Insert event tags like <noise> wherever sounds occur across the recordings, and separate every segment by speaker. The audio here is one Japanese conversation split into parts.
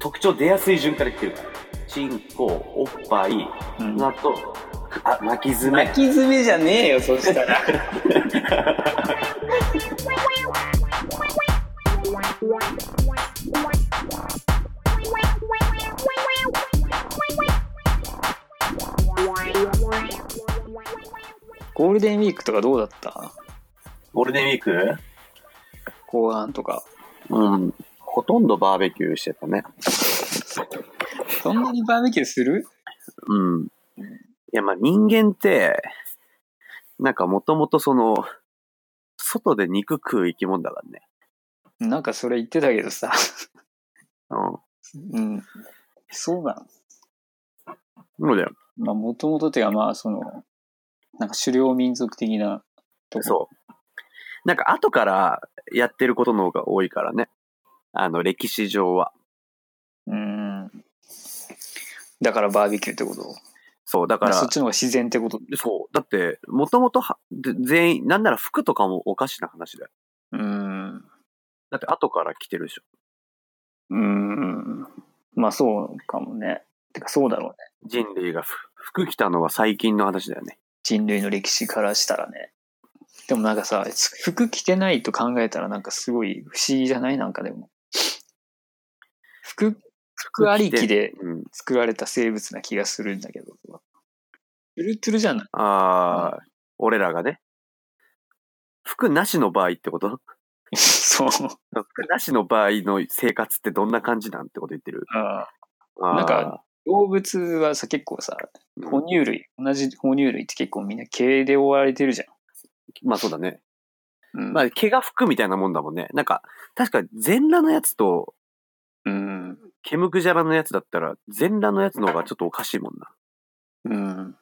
Speaker 1: 張出やすい順から来てるから。チンコ、おっぱい、
Speaker 2: うん
Speaker 1: あと、あ、巻き爪。
Speaker 2: 巻き爪じゃねえよ、そしたら。ゴールデンウィークとかどうだった
Speaker 1: ゴールデンウィーク
Speaker 2: 公安とか。
Speaker 1: うん。ほとんどバーベキューしてたね。
Speaker 2: そんなにバーベキューする
Speaker 1: うん。いや、まあ人間って、なんかもともとその、外で肉食う生き物だからね。
Speaker 2: なんかそれ言ってたけどさ。
Speaker 1: うん。
Speaker 2: うん。そうな
Speaker 1: そうだよ。
Speaker 2: の。まあ、もともとてか、まあ、その、なんか狩猟民族的なとこ。
Speaker 1: そう。なんか後からやってることの方が多いからね。あの、歴史上は。
Speaker 2: うん。だからバーベキューってこと
Speaker 1: そう、だか
Speaker 2: まあ
Speaker 1: ら、
Speaker 2: そっちの方が自然ってこと
Speaker 1: そう。だって、もともと全員、なんなら服とかもおかしな話だよ。
Speaker 2: うん。
Speaker 1: だって後から来てるでしょ。
Speaker 2: うん。まあそうかもね。てかそうだろうね。
Speaker 1: 人類がふ服着たのは最近の話だよね。
Speaker 2: 人類の歴史からしたらね。でもなんかさ、服着てないと考えたらなんかすごい不思議じゃないなんかでも。服、服ありきで
Speaker 1: うん。
Speaker 2: 作られた生物な気がするんだけど。トゥルトゥルじゃない <laughs>
Speaker 1: ああ、俺らがね。服なしの場合ってこと <laughs>
Speaker 2: そう。
Speaker 1: 服なしの場合の生活ってどんな感じなんってこと言ってる。
Speaker 2: あ
Speaker 1: あー
Speaker 2: なんか、動物はさ、結構さ、
Speaker 1: うん
Speaker 2: 哺乳類、同じ哺乳類って結構みんな毛で覆われてるじゃ
Speaker 1: まあそうだね。
Speaker 2: ん。うん
Speaker 1: まあ毛が服みたいなもんだもんね。なんか、確か全裸のやつと、
Speaker 2: うん。
Speaker 1: 毛むくじゃらのやつだったら、全裸のやつの方がちょっとおかしいもんな。
Speaker 2: うん。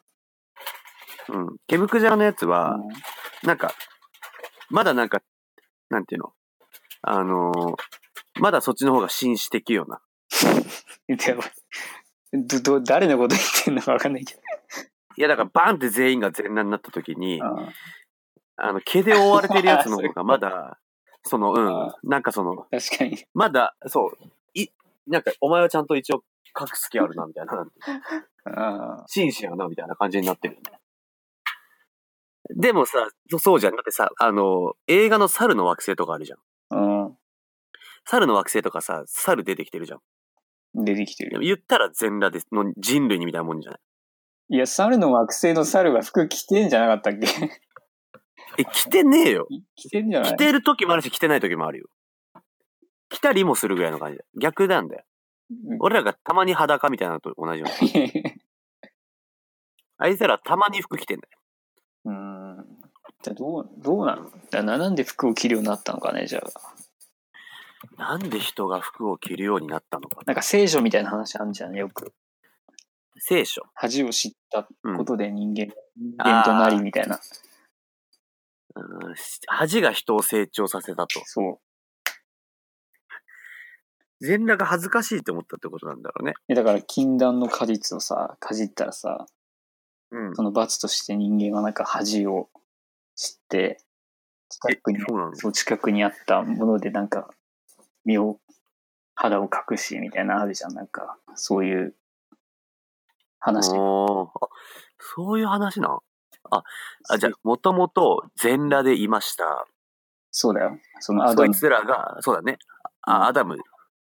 Speaker 1: うん。毛むくじゃらのやつは、なんか、まだなんか、なんていうのあのーまだそっちの方が紳士的ような。
Speaker 2: でもど、ど、誰のこと言ってんのかわかんないけど。
Speaker 1: いや、だからバーンって全員が全裸になった時に、あの、毛で覆われてるやつ <laughs> の方がまだ、その、
Speaker 2: あ
Speaker 1: うん、なんかその、
Speaker 2: 確かに。
Speaker 1: まだ、そう、い、なんか、お前はちゃんと一応隠す気あるな、みたいな、
Speaker 2: あ
Speaker 1: 真摯やな、みたいな感じになってるよね。でもさ、そそうじゃん。だってさ、あの、映画の猿の惑星とかあるじゃん。
Speaker 2: あ、う
Speaker 1: 猿の惑星とかさ、猿出てきてるじゃん。
Speaker 2: ん。出てきて
Speaker 1: で
Speaker 2: る。
Speaker 1: も言ったら全裸ですの人類にみたいなもんじゃない。
Speaker 2: いや、猿の惑星の猿は服着てんじゃなかったっけ
Speaker 1: え、着てねえよ。
Speaker 2: <laughs> 着てんじゃない
Speaker 1: 着てる時もあるし、着てない時もあるよ。着たりもするぐらいの感じだよ。逆なんだよ。俺らがたまに裸みたいなのと同じような。あいつらたまに服着てんだよ。
Speaker 2: <laughs> うん。じゃあどう、どうなのだななんで服を着るようになったのかね、じゃあ。
Speaker 1: なんで人が服を着るようになったのか。
Speaker 2: なんか聖書みたいな話あるじゃん、よく。
Speaker 1: 聖書。
Speaker 2: 恥を知ったことで人間、人
Speaker 1: あ
Speaker 2: 間
Speaker 1: ー
Speaker 2: となりみたいな。
Speaker 1: うん恥が人を成長させたと。
Speaker 2: そう。
Speaker 1: 全裸が恥ずかしいって思ったってことなんだろうね。
Speaker 2: えだから禁断の果実をさ、かじったらさ、
Speaker 1: うん。
Speaker 2: その罰として人間はなんか恥を知って、近くに
Speaker 1: え、そうなの
Speaker 2: そう近くにあったものでなんか、身を、肌を隠しみたいなのあるじゃん、なんか、そういう話。
Speaker 1: おーあそういう話な。あ、あじゃあ、もともと全裸でいました。
Speaker 2: そうだよ。そのア
Speaker 1: そ
Speaker 2: ダ
Speaker 1: い
Speaker 2: ム
Speaker 1: つらが、そうだね。あ、アダム、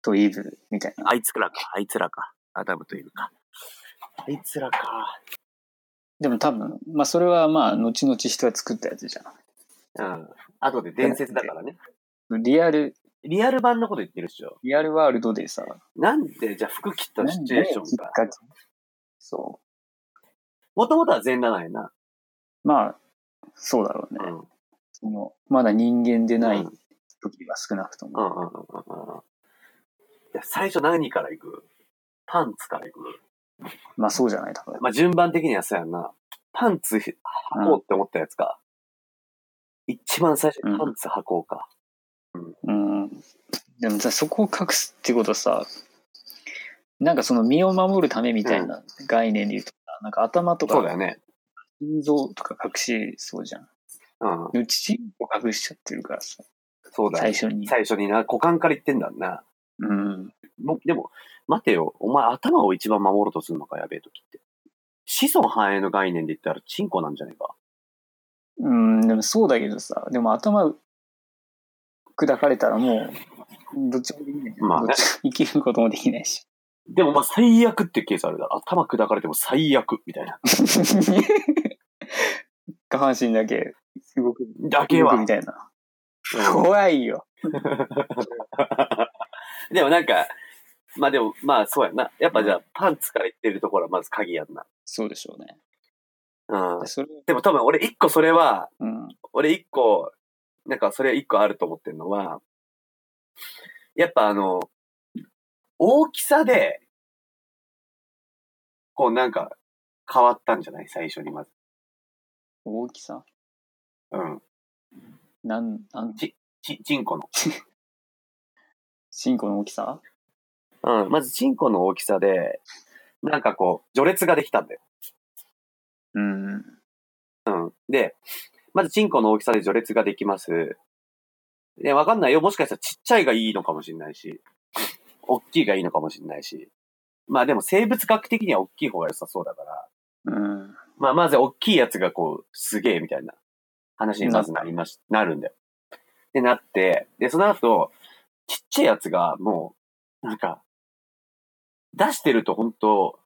Speaker 2: とイブみたいな。
Speaker 1: あいつらか、あいつらか。アダムというか。あいつらか。
Speaker 2: でも多分、まあそれはまあ、後々人が作ったやつじゃ
Speaker 1: うん。後で伝説だからね。
Speaker 2: ん。リアル、
Speaker 1: リアル版のこと言ってるっしょ。
Speaker 2: リアルワールドでさ、
Speaker 1: なんで、じゃあ服着たシチュエーショ
Speaker 2: なんで
Speaker 1: ン
Speaker 2: きっ
Speaker 1: が。
Speaker 2: かけそ
Speaker 1: もともとは全裸なんやな。
Speaker 2: う。まあ、そうだろうね。
Speaker 1: うん。
Speaker 2: そのまだ人間でな
Speaker 1: う
Speaker 2: い
Speaker 1: ん
Speaker 2: 時は少なくとも。
Speaker 1: うんうんうんうんうん。いや最初何から行くパンツから行く
Speaker 2: まあそうじゃない、多分。
Speaker 1: まあ、順番的にはそうやんな。パンツ履こうって思ったやつか。一番最初にパンツ履こうか。
Speaker 2: うん。でもさ、そこを隠すってことはさ、なんかその身を守るためみたいな概念で言うとさ、なんか頭と
Speaker 1: そうだ
Speaker 2: か
Speaker 1: よね。
Speaker 2: 心臓とか隠しそうじゃん。
Speaker 1: うん。
Speaker 2: でもチンコ隠しちゃってるからさ、
Speaker 1: そうだ
Speaker 2: 最
Speaker 1: よ。
Speaker 2: 初に。
Speaker 1: 最初にな、股間から行ってんだんな。
Speaker 2: うん。
Speaker 1: もでも、待てよ、お前頭を一番守ろうとするのか、やべえ時って。子孫繁栄の概念で言ったらチンコなんじゃねえか。
Speaker 2: うん、でもそうだけどさ、でも頭砕かれたらもう、どっちもできないじゃん。
Speaker 1: まあね
Speaker 2: どっち生きることもできないし。 <laughs>
Speaker 1: でもまあ最悪っていうケースあるだろ。頭砕かれても最悪みたいな。
Speaker 2: 下半身だけ動く、
Speaker 1: だけは。
Speaker 2: 動くみたいな。怖いよ。
Speaker 1: うんでもなんか、まあでも、まあそうやな。やっぱじゃあパンツから言ってるところはまず鍵やんな。
Speaker 2: そうでしょうね。
Speaker 1: うん。
Speaker 2: それ、
Speaker 1: でも多分俺一個それは、
Speaker 2: うん。
Speaker 1: 俺一個、なんかそれ一個あると思ってるのは、やっぱあの、大きさで、こうなんか変わったんじゃない最初にまず。
Speaker 2: 大きさ
Speaker 1: うん。
Speaker 2: なん、なん、
Speaker 1: ち、チンコの。
Speaker 2: チンコの大きさ
Speaker 1: うん。まずチンコの大きさで、なんかこう、序列ができたんだよ。
Speaker 2: うん。
Speaker 1: うん。で、まずチンコの大きさで序列ができます。で、わかんないよ。もしかしたらちっちゃいがいいのかもしれないし、大きいがいいのかもしれないし。まあでも生物学的には大きい方が良さそうだから、
Speaker 2: うん。
Speaker 1: まあまず大きいやつがこう、すげえみたいな話にまずなりまし、なるんだよ。で、なって、で、その後、ちっちゃいやつがもう、なんか、出してると本当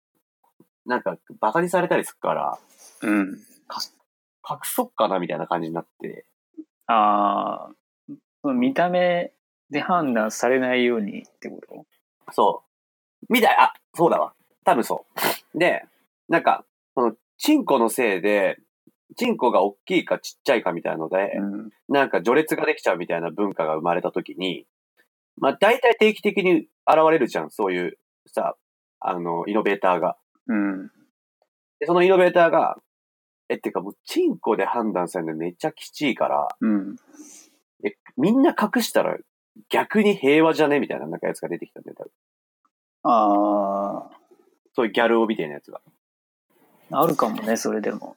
Speaker 1: なんか、バカにされたりするから、
Speaker 2: うん。
Speaker 1: 隠そっかなみたいな感じになって、
Speaker 2: ああ、見た目で判断されないようにってこと
Speaker 1: そう。みたい、あ、そうだわ。多分そう。で、なんか、この、チンコのせいで、チンコが大きいかちっちゃいかみたいなので、
Speaker 2: ん。
Speaker 1: なんか序列ができちゃうみたいな文化が生まれた時に、まあ大体定期的に現れるじゃん、そういう、さ、あの、イノベーターが。
Speaker 2: うん。
Speaker 1: で、そのイノベーターが、え、ってかもう、チンコで判断されるのめっちゃきちいから、
Speaker 2: うん。
Speaker 1: え、みんな隠したら逆に平和じゃねみたいな、なんかやつが出てきたんだよ、多分
Speaker 2: あ
Speaker 1: そういうギャル男みたいなやつが。
Speaker 2: あ、あるかもね、それでも。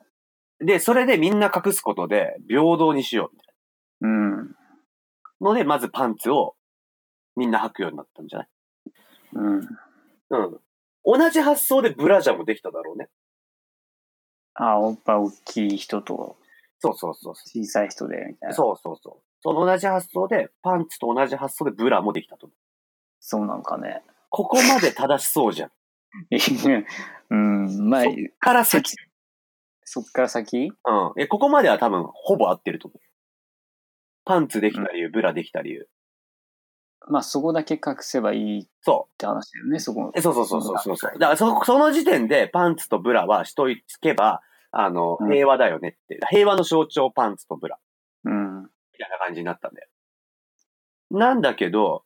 Speaker 1: で、それでみんな隠すことで、平等にしようみたい
Speaker 2: うん。
Speaker 1: な。ので、まずパンツをみんな履くようになったんじゃない
Speaker 2: うん。
Speaker 1: うん。同じ発想でブラジャーもできただろうね。
Speaker 2: ああ、おっぱい大きい人と
Speaker 1: そうそうそうそ。
Speaker 2: 小さい人で、みたいうな。
Speaker 1: そうそうそう。その同じ発想で、パンツと同じ発想でブラもできたと思う。
Speaker 2: そうなんかね。 <laughs>
Speaker 1: ここまで正しそうじゃん。
Speaker 2: うん。まあ、
Speaker 1: <laughs> から
Speaker 2: そっ
Speaker 1: 先。
Speaker 2: そっから先
Speaker 1: うん。え、ここまでは多分、ほぼ合ってると思う。パンツできた理由、ブラできた理由。
Speaker 2: まあ、そこだけ隠せばいいっ
Speaker 1: そう。
Speaker 2: て話だよね、そこの
Speaker 1: えそうそうそうそうそうそう。だからそ、その時点でパンツとブラはしといけば、あの、
Speaker 2: うん
Speaker 1: 平和だよねって。平和の象徴パンツとブラ。
Speaker 2: うん。
Speaker 1: みたいな感じになったんだよ。なんだけど、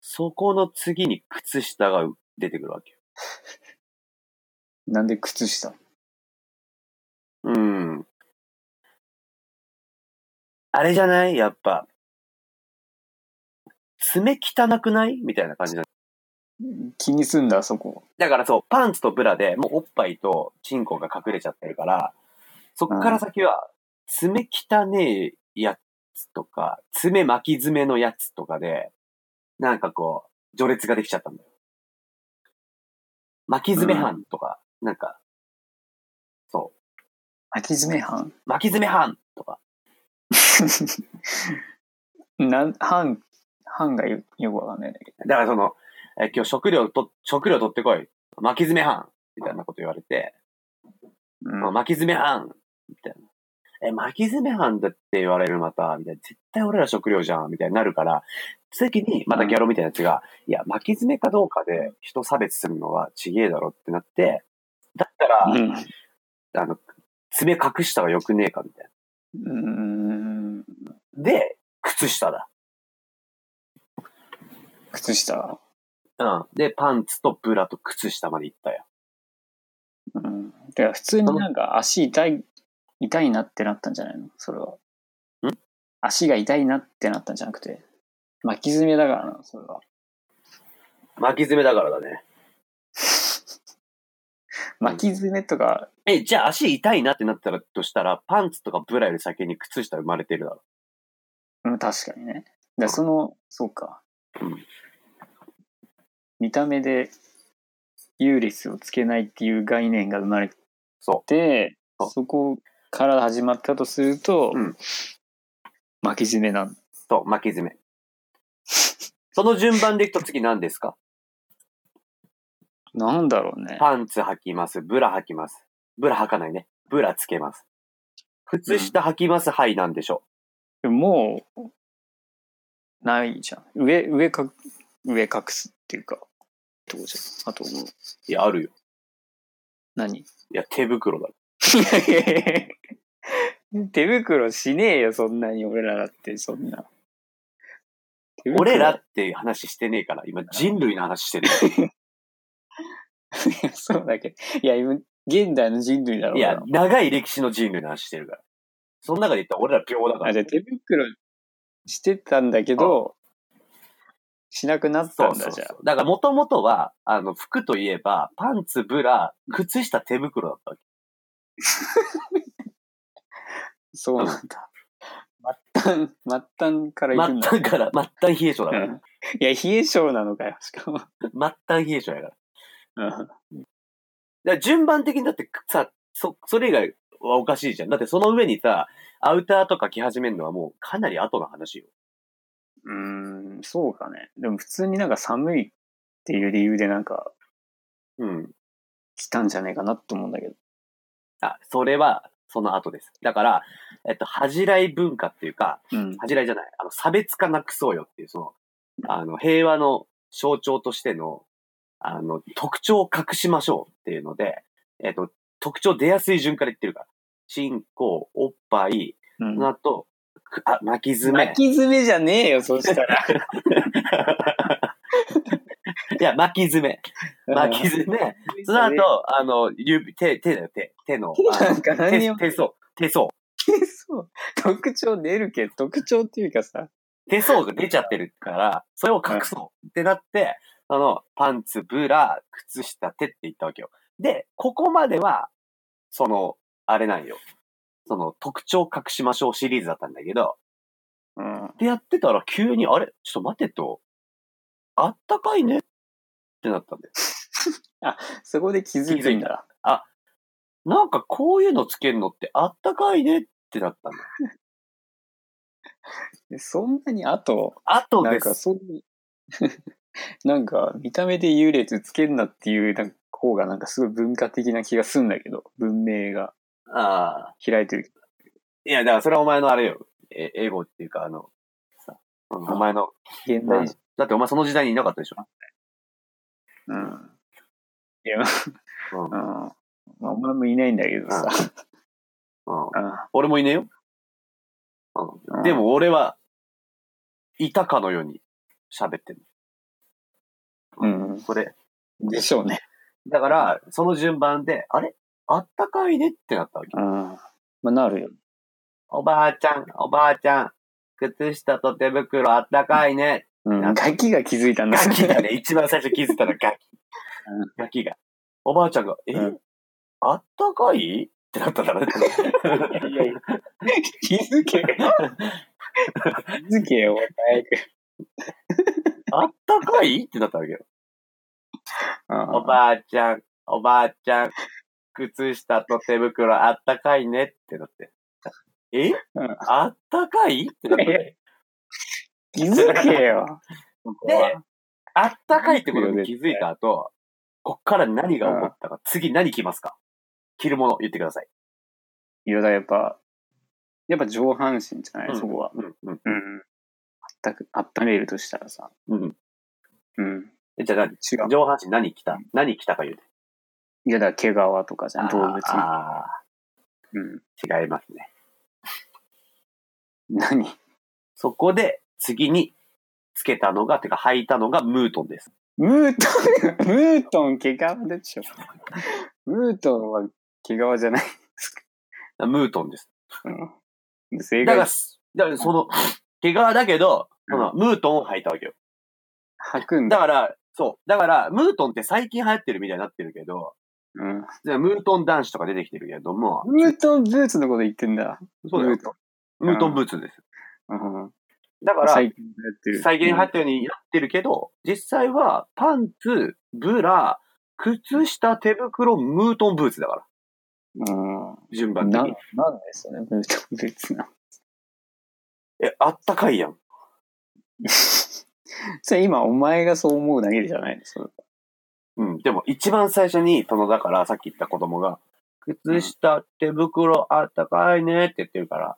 Speaker 1: そこの次に靴下が出てくるわけよ。
Speaker 2: なんで靴下
Speaker 1: うん。あれじゃないやっぱ。爪汚くないみたいな感じなの
Speaker 2: 気にすんだ、そこ。
Speaker 1: だからそう、パンツとブラでもうおっぱいとチンコが隠れちゃってるから、そっから先は、爪汚ねえやつとか、爪巻き爪のやつとかで、なんかこう、序列ができちゃったんだよ。巻き爪犯とか、なんか、そ
Speaker 2: 巻き爪犯
Speaker 1: う、巻き爪犯とか、
Speaker 2: <laughs> なん、半、半がよよくわかんないんだけど。
Speaker 1: だからその、え今日食料と、食料取ってこい。巻き爪犯みたいなこと言われて、
Speaker 2: うん
Speaker 1: まあ巻き爪班みたいな。え、巻き爪班だって言われるまた、みたいな。絶対俺ら食料じゃん、みたいになるから、次にまたギャロみたいなやつが、いや、巻き爪かどうかで人差別するのはちげえだろってなって、だったら、
Speaker 2: うん
Speaker 1: あの、爪隠したがよくねえか、みたいう
Speaker 2: ーん。
Speaker 1: な。で、靴下だ。
Speaker 2: 靴下。
Speaker 1: うん。で、パンツとブラと靴下まで行ったよ。
Speaker 2: うん。だから普通になんか足痛い、痛いなってなったんじゃないのそれは。
Speaker 1: ん
Speaker 2: 足が痛いなってなったんじゃなくて。巻き爪だからな、それ <laughs> は。
Speaker 1: 巻き爪だからだね。
Speaker 2: 巻き爪とか、
Speaker 1: え、じゃあ足痛いなってなったら、としたら、パンツとかブラより先に靴下生まれてるだろ。
Speaker 2: うん、確かにね。だからその、そうか。見た目で優劣をつけないっていう概念が生まれ
Speaker 1: そ
Speaker 2: て
Speaker 1: そう
Speaker 2: そこから始まったとすると、
Speaker 1: うん
Speaker 2: 巻き爪なん
Speaker 1: う、そう、巻き爪。その順番でいくと次何ですか
Speaker 2: なんだろうね。
Speaker 1: パンツ履きます。ブラ履きます。ブラ履かないね。ブラつけます。靴下履きます。はい、なんでしょ
Speaker 2: でももう、ないじゃん。上、上か、上隠すっていうか、ってことじゃん。あと、
Speaker 1: う。いや、あるよ。
Speaker 2: 何
Speaker 1: いや、手袋だろ。
Speaker 2: <laughs> 手袋しねえよ、そんなに俺らだって、そんな。手袋
Speaker 1: <laughs> 俺らって話してねえから、今人類の話して
Speaker 2: <laughs>
Speaker 1: る。
Speaker 2: いや <laughs> そうだけど。いや、今現代の人類だろう
Speaker 1: い
Speaker 2: な
Speaker 1: や、長い歴史の人類の話してるから。その中で言ったら俺ら秒だか
Speaker 2: あ、じゃ
Speaker 1: ら。
Speaker 2: あ手袋してたんだけど、しなくなった
Speaker 1: そ
Speaker 2: ん
Speaker 1: う
Speaker 2: だ、
Speaker 1: そう
Speaker 2: じ
Speaker 1: そ
Speaker 2: ゃあ。
Speaker 1: う。だから元々は、あの、服といえば、パンツ、ブラ、靴下、手袋だったわけ。
Speaker 2: そうなんだ。末端、 <laughs> 末端から行くんだ。
Speaker 1: 末端から、末端冷え性だか
Speaker 2: う
Speaker 1: ら。
Speaker 2: んいや、冷え性なのかよ、しかも。
Speaker 1: 末端冷え性だから。だか
Speaker 2: うん
Speaker 1: ら順番的にだってさ、そ、それ以外はおかしいじゃん。だってその上にさ、アウターとか着始めるのはもうかなり後の話よ。
Speaker 2: うーん、そうかね。でも普通になんか寒いっていう理由でなんか
Speaker 1: うん。
Speaker 2: 来たんじゃねえかなと思うんだけど。
Speaker 1: あ、それは、その後です。だから、えっと、恥じらい文化っていうか、
Speaker 2: うん。
Speaker 1: 恥じらいじゃない、あの、差別化なくそうよっていう、その、あの、平和の象徴としての、あの、特徴を隠しましょうっていうので、えっ、と、特徴出やすい順から言ってるから。チンコ、おっぱい、
Speaker 2: う
Speaker 1: そ
Speaker 2: ん
Speaker 1: の後、くあ、巻き爪
Speaker 2: 巻。き爪じゃねえよ、そした <laughs> ら。
Speaker 1: <laughs> いや、巻き爪。巻き爪。その後、あの、指、手、手だよ、手。手の、あ
Speaker 2: な
Speaker 1: の
Speaker 2: んか何に
Speaker 1: 手、
Speaker 2: も
Speaker 1: 手相。手相。
Speaker 2: <laughs> そう。特徴出るけど、特徴っていうかさ。
Speaker 1: 手相が出ちゃってるから、それを隠そうってなって、あの、パンツ、ブラ、靴下、手って言ったわけよ。で、ここまでは、その、あれなんよ。その、特徴隠しましょうシリーズだったんだけど、
Speaker 2: うん。
Speaker 1: でやってたら急に、あれちょっと待てと、あったかいねってなったんだよ。
Speaker 2: そこで気づいたんだ。
Speaker 1: なんかこういうのつけるのってあったかいねってなったんだよ。
Speaker 2: でそんなに後、
Speaker 1: あと
Speaker 2: なん
Speaker 1: で
Speaker 2: か
Speaker 1: す。
Speaker 2: そんな <laughs> なんか見た目で優劣つけんなっていうなんか方がなんかすごい文化的な気がするんだけど、文明が
Speaker 1: ああ。
Speaker 2: 開いてる。
Speaker 1: いや、だからそれはお前のあれよ。え、英語っていうか、あの、さ、うんお前の、
Speaker 2: 現代人。
Speaker 1: だってお前その時代にいなかったでしょ
Speaker 2: うん。いや、
Speaker 1: うん
Speaker 2: うん。まあ、お前もいないんだけどさ。
Speaker 1: うん
Speaker 2: うん
Speaker 1: 俺もいねえよ。
Speaker 2: うん
Speaker 1: で、も俺は、いたかのように喋ってる。
Speaker 2: うん。
Speaker 1: これ。
Speaker 2: でしょうね。
Speaker 1: だから、その順番で、あれあったかいねってなったわけ。
Speaker 2: うん。まあ、なるよ。
Speaker 1: おばあちゃん、おばあちゃん、靴下と手袋あったかいね。
Speaker 2: うん。ガキが気づいたんだ
Speaker 1: ガキがね、一番最初気づいたのはガキ
Speaker 2: う。
Speaker 1: ガキが。おばあちゃんが、え、
Speaker 2: うん
Speaker 1: あったかいってなったから
Speaker 2: <laughs>
Speaker 1: ね。
Speaker 2: いやいやいや気づけよ。気づけよ、早く。
Speaker 1: あったかいってなったわけよ。おばあちゃん、おばあちゃん、靴下と手袋あったかいねってなって。え
Speaker 2: うん
Speaker 1: あったかいってなっ
Speaker 2: いや
Speaker 1: て。
Speaker 2: 気づけよ。
Speaker 1: で、あったかいってことに気づいた後、こっから何が起こったか、次何着ますか着るもの言ってください。
Speaker 2: いや、だからやっぱ、やっぱ上半身じゃない、
Speaker 1: うん
Speaker 2: そこは。
Speaker 1: うん、うん、
Speaker 2: うん。あったく、あっためるとしたらさ。
Speaker 1: うん。
Speaker 2: うん。
Speaker 1: えじゃあ何
Speaker 2: 違う。
Speaker 1: 上半身何着た何着たか言うて。
Speaker 2: いや、だから毛皮とかじゃん、動物の。
Speaker 1: あ
Speaker 2: うん。
Speaker 1: ー違いますね。
Speaker 2: 何
Speaker 1: そこで、次に、つけたのが、てか履いたのがムートンです。
Speaker 2: ムートン、ムートン毛皮
Speaker 1: <laughs>
Speaker 2: でしょ。ムートンは毛皮じゃない。
Speaker 1: ムートンです。
Speaker 2: うん。正
Speaker 1: だ
Speaker 2: 解
Speaker 1: から、
Speaker 2: は
Speaker 1: だからその、毛皮だけど、
Speaker 2: うん
Speaker 1: そのムートンを履いたわけよ。
Speaker 2: 履くん
Speaker 1: だ
Speaker 2: だ。
Speaker 1: から、そう。だから、ムートンって最近流行ってるみたいになってるけど、
Speaker 2: うん。
Speaker 1: じゃあムートン男子とか出てきてるけども、
Speaker 2: ムートンブーツのこと言ってんだ。
Speaker 1: そうだ
Speaker 2: ム
Speaker 1: よ
Speaker 2: ー。トン。
Speaker 1: ムートンブーツです。
Speaker 2: うん。
Speaker 1: だから、
Speaker 2: 近流行って
Speaker 1: 再現流行ったようにやってるけど、実際はパンツ、ブラ、靴下、手袋、ムートンブーツだから。
Speaker 2: う
Speaker 1: 順
Speaker 2: ん。
Speaker 1: 番的
Speaker 2: な、なん
Speaker 1: に
Speaker 2: で。すよね、ブートブーツな。
Speaker 1: え、あったかいやん。
Speaker 2: それ今、お前がそう思うだけじゃないですよ。
Speaker 1: うん。でも一番最初に、その、だからさっき言った子供が、靴下、手袋、あったかいねって言ってるから。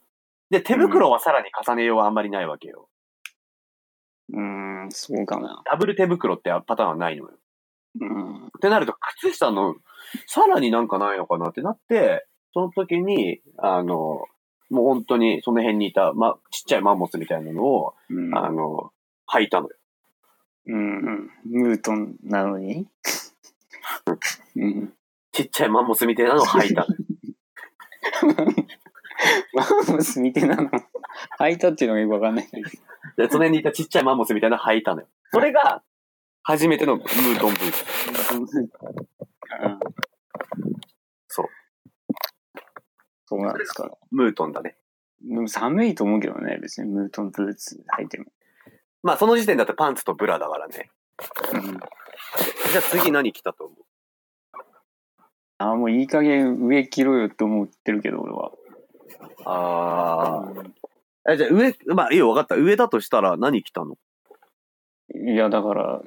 Speaker 1: で、手袋はさらに重ねようはあんまりないわけよ。
Speaker 2: うん、そうかな。
Speaker 1: ダブル手袋ってパターンはないのよ。
Speaker 2: うん。
Speaker 1: ってなると、靴下の、さらになんかないのかなってなって、その時に、あの、もう本当にその辺にいた、ま、ちっちゃいマンモスみたいなのを、
Speaker 2: うん
Speaker 1: あの、履いたのよ。
Speaker 2: うんうん。ムートンなのに。
Speaker 1: <laughs>
Speaker 2: うん。
Speaker 1: ちっちゃいマンモスみたいなのを履い
Speaker 2: <laughs>
Speaker 1: たの。
Speaker 2: マンモス見てなの。履いたっていうのがよくわかんないんだけど。
Speaker 1: で、その辺にいたちっちゃいマンモスみたいなの履いたのよ。それが、初めてのムートンブーツ。
Speaker 2: うん
Speaker 1: そう。
Speaker 2: そうなんですか。
Speaker 1: ムートンだね。
Speaker 2: でも寒いと思うけどね、別にムートンブーツ履いても。
Speaker 1: まあ、その時点だってパンツとブラだからね。
Speaker 2: うん
Speaker 1: じゃあ次何着たと思う
Speaker 2: ああ、 <laughs> もういい加減上着ろよって思ってるけど、俺は。
Speaker 1: ああ。え、じゃあ上、まあ、いいよ、わかった。上だとしたら何着たの
Speaker 2: いや、だから、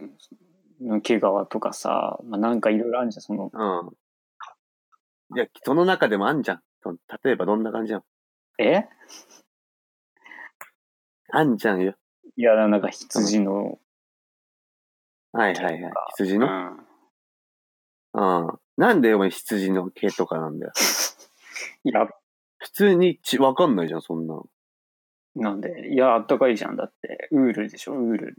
Speaker 2: 抜け革とかさ、まあ、なんかいろいろあるじゃん、その、
Speaker 1: うん。いや、その中でもあんじゃん。その例えばどんな感じなの
Speaker 2: え
Speaker 1: あんじゃんよ。
Speaker 2: いや、なんか羊の、
Speaker 1: はいはいはい。羊
Speaker 2: う
Speaker 1: の
Speaker 2: ん、
Speaker 1: うん。なんでお前羊の毛とかなんだよ。
Speaker 2: いや、
Speaker 1: 普通にち、わかんないじゃん、そんなの。
Speaker 2: なんで、いや、あったかいじゃん、だって、ウールでしょ、ウー <laughs> ル。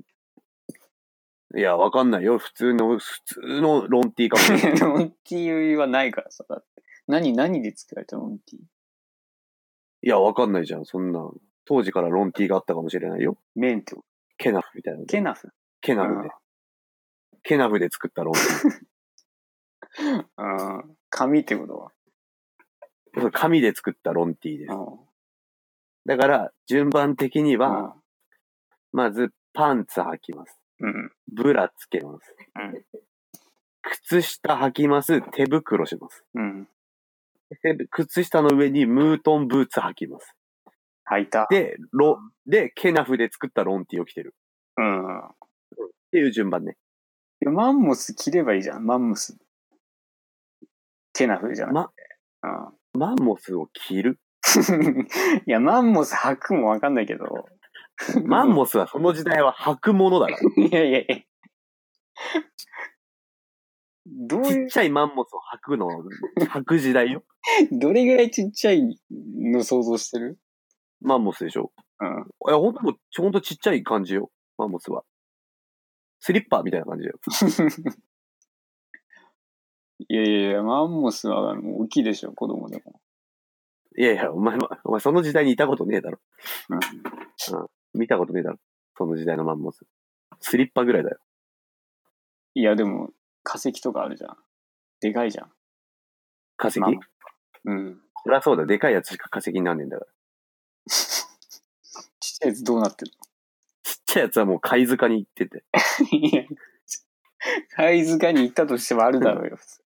Speaker 1: いや、わかんないよ。普通の、普通のロンティーかもしれない。
Speaker 2: ロンティーはないからさ、だって。何、何で作られたロンティー
Speaker 1: いや、わかんないじゃん、そんな。当時からロンティーがあったかもしれないよ。
Speaker 2: 綿ってこと
Speaker 1: ケナフみたいなので。
Speaker 2: ケナフ
Speaker 1: ケナフで。ケナフで作ったロンテ
Speaker 2: うん。紙ってこと
Speaker 1: ィー
Speaker 2: <laughs>
Speaker 1: そう。紙で作ったロンティーです。
Speaker 2: は。
Speaker 1: だから、順番的には、
Speaker 2: あ。
Speaker 1: まず、パンツ履きます。
Speaker 2: うん。
Speaker 1: ブラつけます。
Speaker 2: うん
Speaker 1: 靴下履きます。手袋します。
Speaker 2: うん。
Speaker 1: で靴下の上にムートンブーツ履きます。
Speaker 2: 履いた。
Speaker 1: で、ロ、で、ケナフで作ったロンティーを着てる。
Speaker 2: うん。
Speaker 1: っていう順番ね。
Speaker 2: でマンモス切ればいいじゃん、マンモス。ケナフじゃなくて。うん。
Speaker 1: マンモスを着
Speaker 2: <laughs>
Speaker 1: る。
Speaker 2: いや、マンモス履くもわかんないけど。
Speaker 1: マンモスはその時代は履くものだ
Speaker 2: <laughs>
Speaker 1: から。
Speaker 2: いやいやいや。どう
Speaker 1: ち
Speaker 2: い
Speaker 1: っ
Speaker 2: う、
Speaker 1: ちゃいマンモスを履くの、履く時代よ。
Speaker 2: どれぐらいちっちゃいの想像してる
Speaker 1: マンモスでしょ。
Speaker 2: うん。
Speaker 1: いや、ほんともう、ほんとちっちゃい感じよ。マンモスは。スリッパみたいな感じよ。
Speaker 2: いやいやいや、マンモスはもう大きいでしょ、子供でも。
Speaker 1: いやいや、お前、お前その時代にいたことねえだろ。
Speaker 2: うん
Speaker 1: うん。見たことねえだろ。その時代のマンモス。スリッパぐらいだよ。
Speaker 2: いや、でも、化石とかあるじゃん。でかいじゃん。
Speaker 1: 化石
Speaker 2: マンモスうん。
Speaker 1: そりゃそうだ。でかいやつしか化石になんねえんだから。
Speaker 2: ちっちゃいやつどうなってる <laughs>
Speaker 1: ちっちゃいやつはもう貝塚に行ってて。
Speaker 2: のいや、貝塚に行ったとしてもあるだろうよ、普通。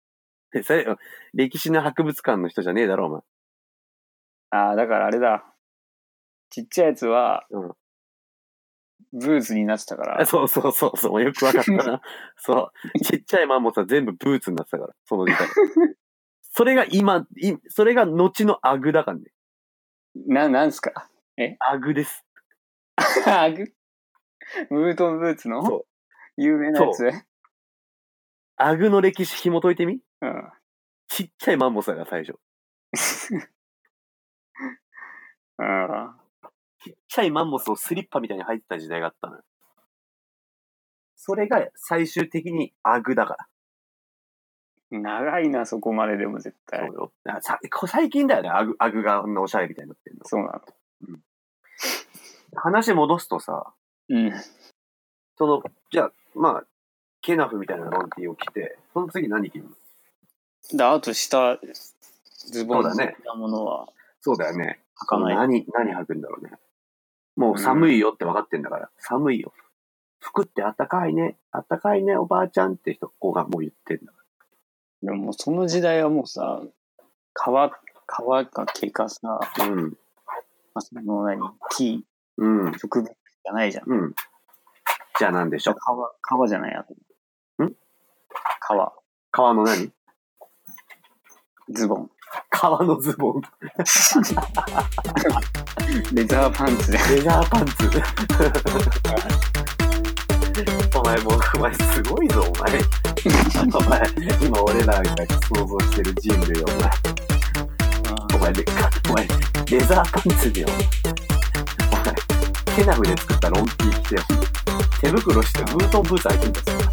Speaker 1: でそれ、歴史の博物館の人じゃねえだろ、お前。
Speaker 2: ああ、だからあれだ。ちっちゃいやつは、
Speaker 1: うん
Speaker 2: ブーツになってたか
Speaker 1: あ
Speaker 2: ら。
Speaker 1: そうそうそうそう。よくわかったな。そう。ちっちゃいマンモスは全部ブーツになってたから、その時代。それが今、いそれが後のアグだからね。
Speaker 2: な、なんすか
Speaker 1: アグです。
Speaker 2: アグムートンブーツの
Speaker 1: そ
Speaker 2: 有名なやつ
Speaker 1: そうアグの歴史紐解いてみ
Speaker 2: ん。
Speaker 1: ちっちゃいマンモスだから最初。
Speaker 2: うん。
Speaker 1: ちっちゃいマンモスをスリッパみたいに入ってた時代があったのよ。それが最終的にアグだから。
Speaker 2: 長いな、そこまででも絶対
Speaker 1: そう。よ。だからさこ最近だよね、アグ、アグがあんなおしゃれみたいになってんの。
Speaker 2: そうな
Speaker 1: 話戻すとさ、
Speaker 2: の。うん。
Speaker 1: その、じゃあ、まあ、ケナフみたいなロンティーを着て、その次何着るの
Speaker 2: で、あと下、ズボン
Speaker 1: そうだね
Speaker 2: なものは
Speaker 1: そうだよね。
Speaker 2: 履かない。
Speaker 1: 何、何履くんだろうね。もう寒いよって分かってんだから、寒いよ。服ってあったかいね、あったかいね、おばあちゃんって人、子がもう言ってんだか
Speaker 2: でももうその時代はもうさ、川、川か毛かさ、ま
Speaker 1: ら。うん。
Speaker 2: あ、その何、木、
Speaker 1: うん。
Speaker 2: 植物じゃないじゃん。
Speaker 1: うん。じゃあ何でしょう。
Speaker 2: 川、川じゃないやつ。
Speaker 1: ん
Speaker 2: 川、
Speaker 1: 革の何
Speaker 2: ズボン。
Speaker 1: 革のズボン。
Speaker 2: レザーパンツで。
Speaker 1: レザーパンツ。 <laughs> お前もう、お前すごいぞ、お前。お前、今俺らが想像してる人類、お前。お前でっか、お前、レザーパンツでよ。お前、ケナフで作ったロンピー着て、手袋してブートンブーツ履いてんだよ。